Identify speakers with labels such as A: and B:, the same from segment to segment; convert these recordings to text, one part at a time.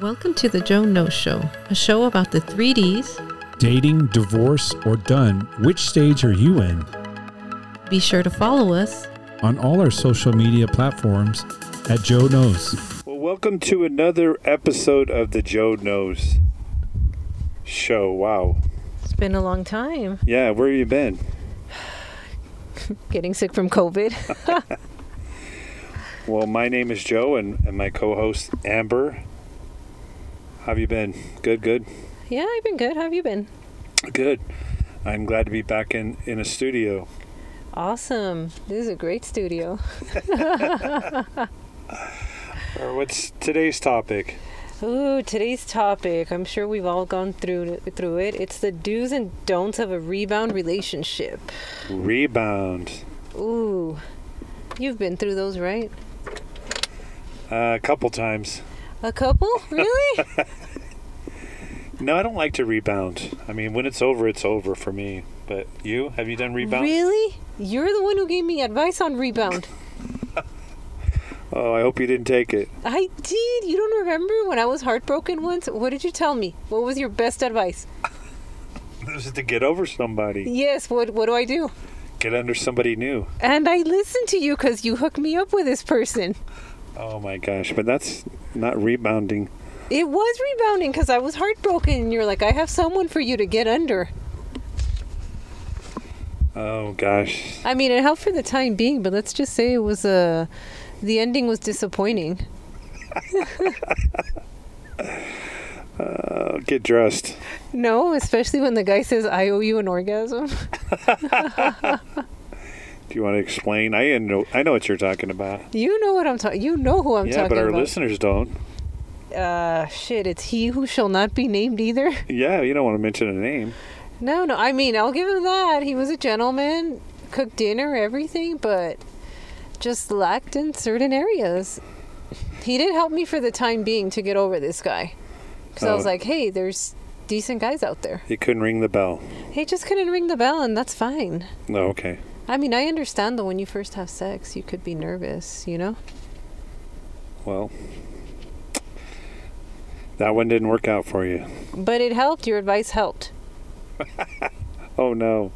A: Welcome to the Joe No Show, a show about the 3Ds.
B: Dating, divorce, or done, which stage are you in?
A: Be sure to follow us.
B: On all our social media platforms at Joe Knows.
C: Well, welcome to another episode of the Joe Knows show. Wow.
A: It's been a long time
C: Yeah, where have you been?
A: getting sick from COVID.
C: Well, my name is Joe and, and my co host, Amber. How have you been? Good, good,
A: yeah, I've been good. How have you been?
C: good. I'm glad to be back in, in a studio.
A: Awesome. This is a great studio.
C: Or Uh, what's today's topic?
A: Ooh, today's topic. I'm sure we've all gone through through it. It's the do's and don'ts of a rebound relationship.
C: Rebound.
A: Ooh. You've been through those, right?
C: Uh, a couple times.
A: A couple? Really?
C: No, I don't like to rebound. I mean, when it's over, it's over for me. But you, have you done rebound?
A: really? You're the one who gave me advice on rebound.
C: Oh, I hope you didn't take it.
A: I did. You don't remember when I was heartbroken once? What did you tell me? What was your best advice?
C: This is to get over somebody,
A: Yes, what what do I do?
C: get under somebody new.
A: And I listened to you cuz you hooked me up with this person.
C: Oh my gosh, but that's not rebounding.
A: It was rebounding cuz I was heartbroken and you're like, "I have someone for you to get under."
C: Oh gosh.
A: I mean, it helped for the time being, but let's just say it was uh, the ending was disappointing.
C: Uh, get dressed.
A: No, especially when the guy says, "I owe you an orgasm."
C: Do you want to explain? I know I know what you're talking about.
A: You know what I'm talking You know who I'm
C: yeah,
A: talking
C: but our
A: about.
C: listeners don't.
A: uh shit, it's he who shall not be named either.
C: Yeah, you don't want to mention a name.
A: No, no. I mean, I'll give him that. He was a gentleman, cooked dinner, everything, but just lacked in certain areas. He did help me for the time being to get over this guy. Because I was
C: Oh.
A: like, hey, there's decent guys out there.
C: You couldn't ring the bell.
A: He just couldn't ring the bell, and that's fine.
C: No, okay.
A: I mean, I understand that when you first have sex, you could be nervous, you know?
C: Well, that one didn't work out for you.
A: But it helped. Your advice helped.
C: Oh no.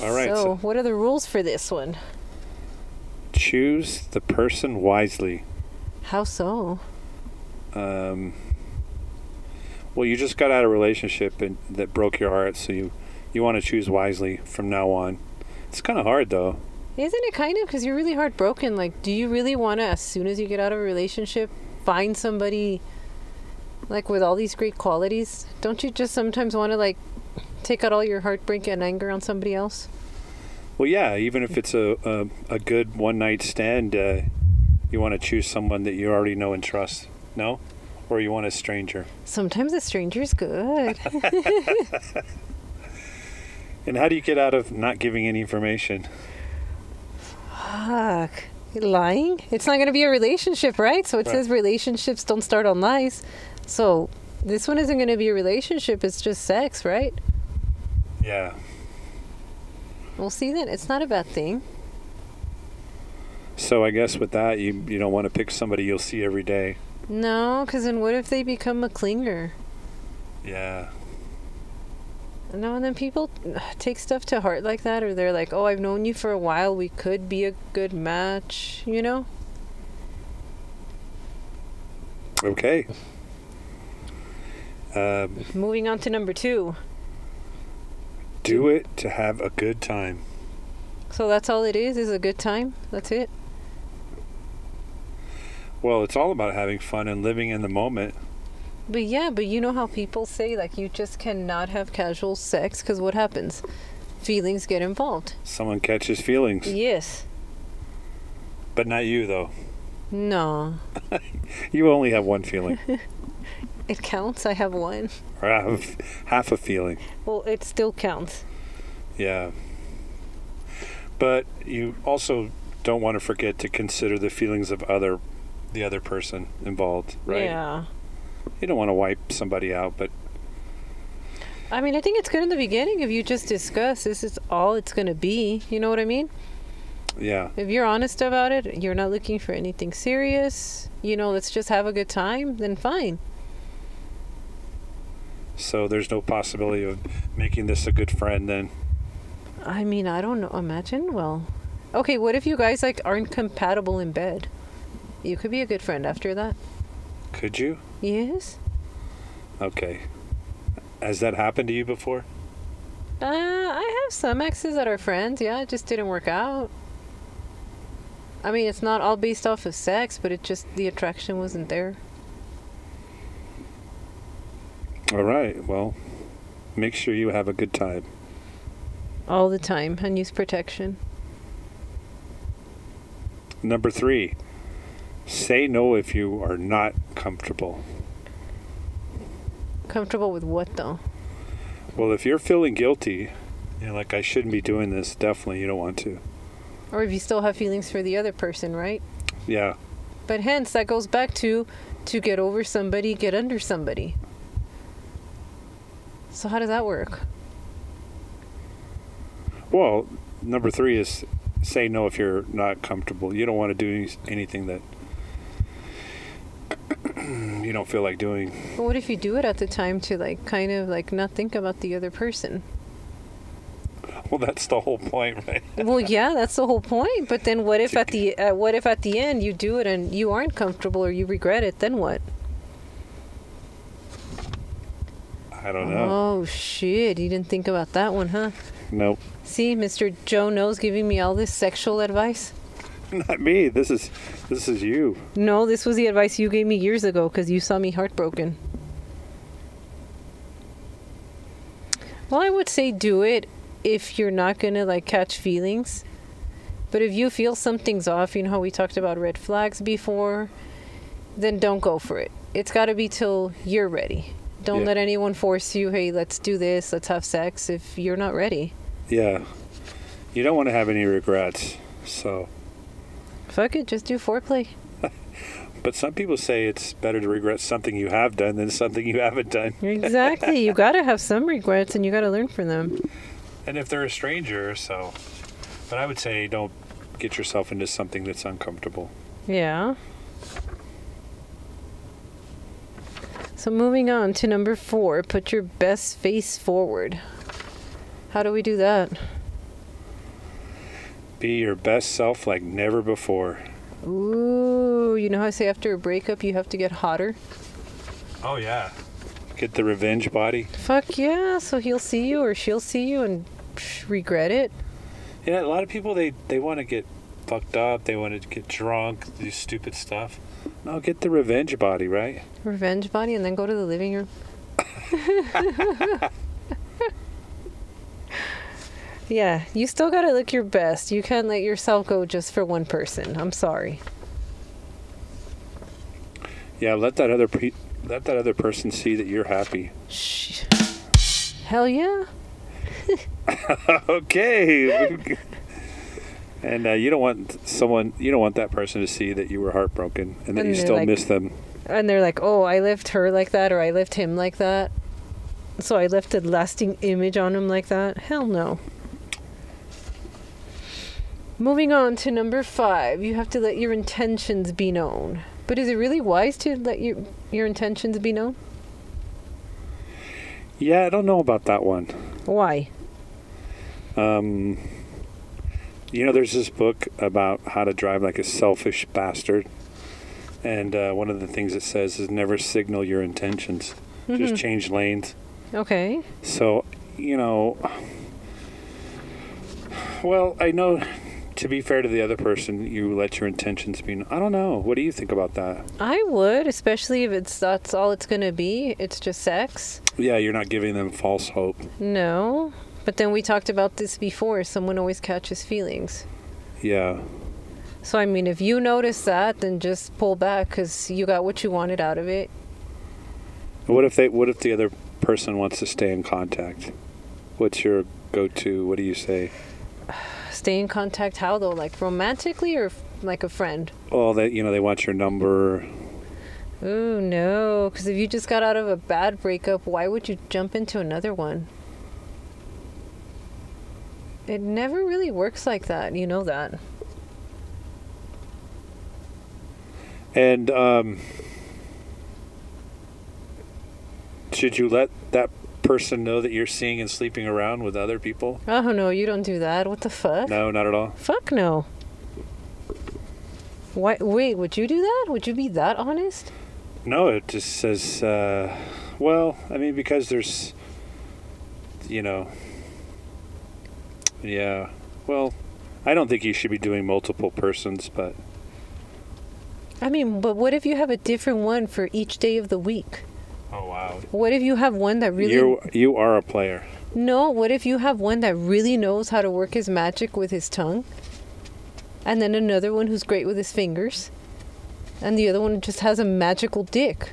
C: All right.
A: So,
C: So.
A: what are the rules for this one?
C: choose the person wisely.
A: How so?
C: Um, well, you just got out of a relationship and that broke your heart, so you you want to choose wisely from now on. It's kind of hard though.
A: Isn't it kind of because you're really heartbroken? Like, do you really want to, as soon as you get out of a relationship, find somebody like with all these great qualities? Don't you just sometimes want to like take out all your heartbreak and anger on somebody else?
C: Well, yeah, even if it's a, a, a good one night stand, uh, you want to choose someone that you already know and trust, no? Or you want a stranger.
A: Sometimes a stranger's good.
C: And how do you get out of not giving any information?
A: Fuck. Lying? It's not going to be a relationship, right? So it
C: Right.
A: says relationships don't start on lies. So this one isn't going to be a relationship. It's just sex, right?
C: Yeah.
A: We'll see then. It's not a bad thing.
C: So I guess with that, you, you don't want to pick somebody you'll see every day.
A: No, because then what if they become a clinger?
C: Yeah.
A: No, and then people take stuff to heart like that, or they're like, "Oh, I've known you for a while. We could be a good match," you know.
C: Okay. Um,
A: Moving on to number two.
C: do it to have a good time.
A: So that's all it is—is a good time. That's it.
C: Well, it's all about having fun and living in the moment.
A: But yeah, but you know how people say like you just cannot have casual sex because what happens? Feelings get involved.
C: Someone catches feelings,
A: Yes.
C: but not you though.
A: No.
C: You only have one feeling,
A: It counts. I have one.
C: or half, half a feeling.
A: Well, it still counts.
C: Yeah. But you also don't want to forget to consider the feelings of other the other person involved, right?
A: Yeah.
C: You don't want to wipe somebody out, but
A: I mean, I think it's good in the beginning if you just discuss this is all it's going to be. You know what I mean?
C: Yeah.
A: If you're honest about it, you're not looking for anything serious, you know, let's just have a good time, then fine.
C: So there's no possibility of making this a good friend then.
A: I mean, I don't know. Imagine, well, okay, what if you guys like aren't compatible in bed? You could be a good friend after that.
C: Could you?
A: Yes?
C: Okay. Has that happened to you before?
A: Uh, I have some exes that are friends, yeah, it just didn't work out. I mean, it's not all based off of sex, but it just, the attraction wasn't there.
C: All right. Well, make sure you have a good time.
A: All the time, and use protection.
C: Number three, say no if you are not comfortable.
A: Comfortable with what though?
C: Well, if you're feeling guilty, you're like, I shouldn't be doing this, definitely you don't want to.
A: Or if you still have feelings for the other person, right?
C: Yeah.
A: But hence, that goes back to to get over somebody, get under somebody. So, how does that work?
C: Well, number three is say no if you're not comfortable. You don't want to do any- anything that you don't feel like doing.
A: But what if you do it at the time to like kind of like not think about the other person?
C: Well, that's the whole point, right?
A: Well, yeah, that's the whole point. But then, what if at the uh, what if at the end you do it and you aren't comfortable or you regret it? Then what?
C: I don't know.
A: Oh shit! You didn't think about that one, huh?
C: Nope.
A: See, Mr. Joe knows giving me all this sexual advice.
C: Not me. This is this is you.
A: No, this was the advice you gave me years ago because you saw me heartbroken. Well, I would say do it if you're not gonna like catch feelings. But if you feel something's off, you know how we talked about red flags before, then don't go for it. It's gotta be till you're ready. Don't
C: Yeah.
A: let anyone force you, hey, let's do this, let's have sex if you're not ready.
C: Yeah. You don't want to have any regrets. So,
A: Fuck it, just do foreplay.
C: but some people say it's better to regret something you have done than something you haven't done.
A: Exactly. you gotta have some regrets and you gotta learn from them.
C: And if they're a stranger, so. But I would say don't get yourself into something that's uncomfortable.
A: Yeah. So moving on to number four, put your best face forward. How do we do that?
C: Be your best self like never before.
A: Ooh, you know how I say after a breakup you have to get hotter?
C: Oh yeah. Get the revenge body.
A: Fuck yeah, so he'll see you or she'll see you and psh, regret it.
C: Yeah, a lot of people they they want to get fucked up. They want to get drunk. Do stupid stuff. No, get the revenge body, right?
A: Revenge body and then go to the living room. yeah, you still gotta look your best. You can't let yourself go just for one person. I'm sorry.
C: Yeah, let that other pe- let that other person see that you're happy.
A: Shh. Hell yeah.
C: okay. and uh, you don't want someone you don't want that person to see that you were heartbroken and that
A: And
C: you
A: they're
C: still
A: like-
C: miss them.
A: And they're like, oh, I left her like that or I left him like that. So I left a lasting image on him like that. Hell no. Moving on to number five, you have to let your intentions be known. But is it really wise to let your your intentions be known?
C: Yeah, I don't know about that one.
A: Why?
C: Um, you know, there's this book about how to drive like a selfish bastard. And uh, one of the things it says is never signal your intentions,
A: Mm-hmm.
C: just change lanes.
A: Okay.
C: So, you know, well, I know to be fair to the other person, you let your intentions be. I don't know. What do you think about that?
A: I would, especially if it's that's all it's gonna be. It's just sex.
C: Yeah, you're not giving them false hope.
A: No. But then we talked about this before. Someone always catches feelings.
C: Yeah.
A: So, I mean, if you notice that, then just pull back because you got what you wanted out of it.
C: What if they? What if the other person wants to stay in contact? What's your go-to? What do you say?
A: Stay in contact how though? Like romantically or f- like a friend?
C: Well, that you know, they want your number.
A: Ooh, no. Because if you just got out of a bad breakup, why would you jump into another one? It never really works like that. You know that.
C: And um, should you let that person know that you're seeing and sleeping around with other people?
A: Oh no, you don't do that. What the fuck?
C: No, not at all.
A: Fuck no. Why, wait, would you do that? Would you be that honest?
C: No, it just says, uh, well, I mean, because there's, you know, yeah, well, I don't think you should be doing multiple persons, but
A: I mean, but what if you have a different one for each day of the week?
C: oh wow,
A: What if you have one that really
C: you you are a player.
A: No, what if you have one that really knows how to work his magic with his tongue? And then another one who's great with his fingers? And the other one just has a magical dick.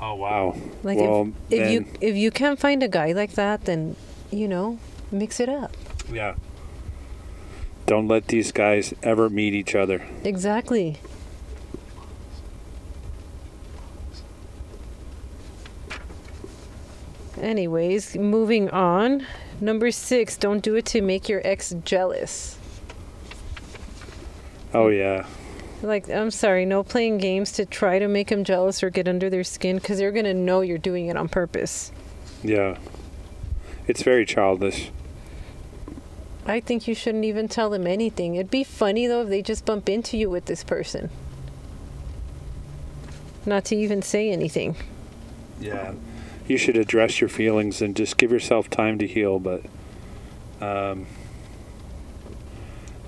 C: Oh wow.
A: Like
C: well,
A: if, if you
C: then-
A: if you can't find a guy like that, then you know, mix it up.
C: yeah. Don't let these guys ever meet each other.
A: Exactly. Anyways, moving on. Number six, don't do it to make your ex jealous.
C: Oh yeah.
A: Like, I'm sorry, no playing games to try to make them jealous or get under their skin because they're going to know you're doing it on purpose.
C: Yeah. It's very childish.
A: I think you shouldn't even tell them anything. It'd be funny though if they just bump into you with this person. Not to even say anything.
C: Yeah. You should address your feelings and just give yourself time to heal, but um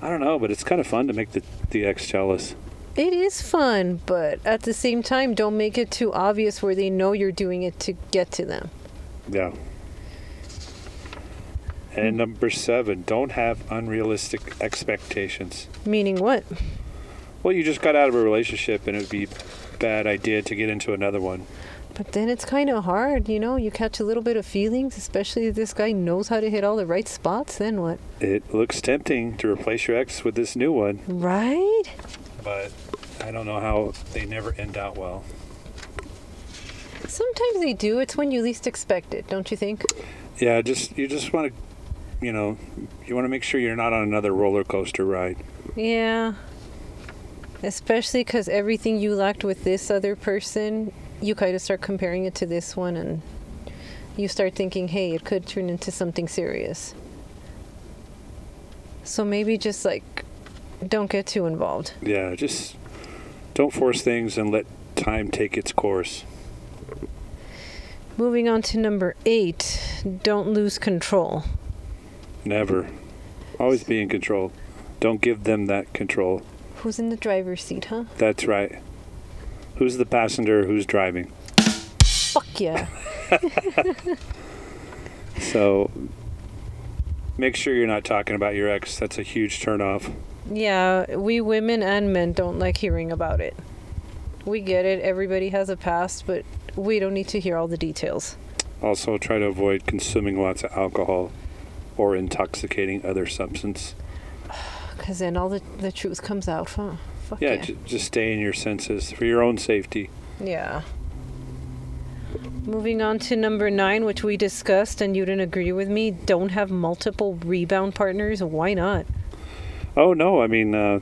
C: I don't know, but it's kind of fun to make the the ex jealous.
A: It is fun, but at the same time, don't make it too obvious where they know you're doing it to get to them.
C: Yeah. And number 7, don't have unrealistic expectations.
A: Meaning what?
C: Well, you just got out of a relationship and it would be a bad idea to get into another one.
A: But then it's kind of hard, you know? You catch a little bit of feelings, especially if this guy knows how to hit all the right spots, then what?
C: It looks tempting to replace your ex with this new one,
A: Right?
C: but I don't know how they never end out well.
A: Sometimes they do. It's when you least expect it, don't you think?
C: Yeah, just you just want to, you know, you want to make sure you're not on another roller coaster ride.
A: Yeah. Especially because everything you lacked with this other person, you kind of start comparing it to this one and you start thinking, hey, it could turn into something serious. So maybe just like don't get too involved.
C: Yeah, just don't force things and let time take its course.
A: Moving on to number eight don't lose control.
C: Never, always be in control. Don't give them that control.
A: Who's in the driver's seat, huh?
C: That's right. Who's the passenger? Who's driving?
A: Fuck yeah.
C: So make sure you're not talking about your ex. That's a huge turnoff.
A: Yeah, we women and men don't like hearing about it. We get it, everybody has a past, but we don't need to hear all the details.
C: Also, try to avoid consuming lots of alcohol or intoxicating other substance.
A: Because then all the, the truth comes out, huh? Fuck
C: Yeah,
A: yeah.
C: J- just stay in your senses for your own safety.
A: yeah. Moving on to number nine, which we discussed and you didn't agree with me. Don't have multiple rebound partners. Why not?
C: Oh no, I mean, uh,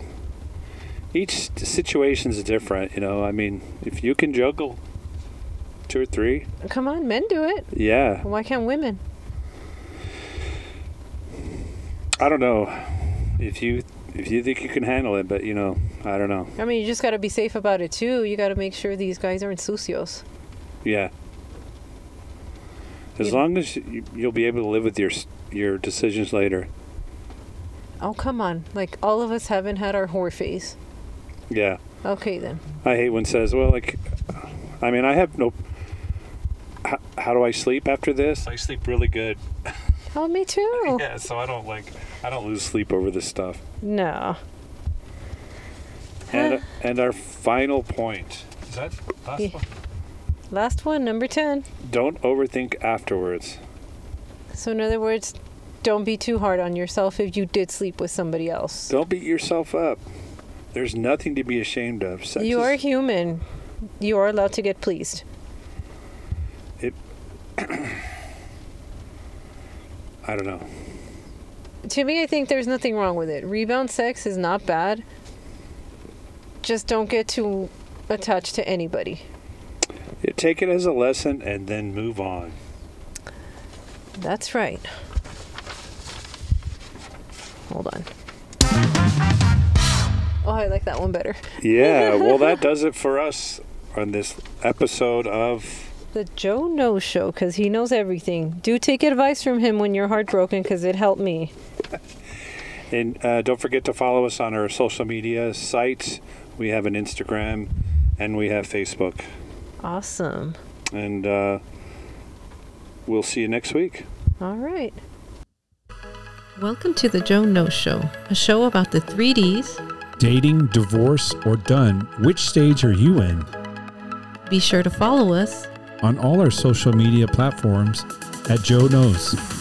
C: each t- situation's different. You know, I mean, if you can juggle two or three,
A: Come on, men do it.
C: yeah,
A: Why can't women?
C: I don't know if you if you think you can handle it, but you know, I don't know.
A: I mean, you just got to be safe about it, too. You got to make sure these guys aren't sucios.
C: Yeah. As
A: You-
C: long as you, you'll be able to live with your s- your decisions later.
A: Oh, come on. Like, all of us haven't had our whore phase.
C: Yeah.
A: Okay, then.
C: I hate when says, "Well, like, I mean, I have no. How, how do I sleep after this? I sleep really good.
A: Oh, me too.
C: Yeah, so I don't like, I don't lose sleep over this stuff.
A: No.
C: And and our final point is that last
A: Yeah.
C: one?
A: Last one, number 10.
C: Don't overthink afterwards.
A: So, in other words, don't be too hard on yourself if you did sleep with somebody else.
C: Don't beat yourself up. There's nothing to be ashamed of. Sex
A: You
C: is-
A: are human. You are allowed to get pleased.
C: I don't know.
A: To me, I think there's nothing wrong with it. Rebound sex is not bad. Just don't get too attached to anybody.
C: Take it as a lesson and then move on.
A: That's right. Hold on. Oh, I like that one better.
C: Yeah, well, that does it for us on this episode of.
A: The Joe knows show because he knows everything. Do take advice from him when you're heartbroken because it helped me.
C: And uh, don't forget to follow us on our social media sites. We have an Instagram and we have Facebook.
A: Awesome.
C: And uh, we'll see you next week.
A: All right. Welcome to the Joe No Show, a show about the 3Ds.
B: Dating, divorce, or done, which stage are you in?
A: Be sure to follow us
B: On all our social media platforms at Joe Knows.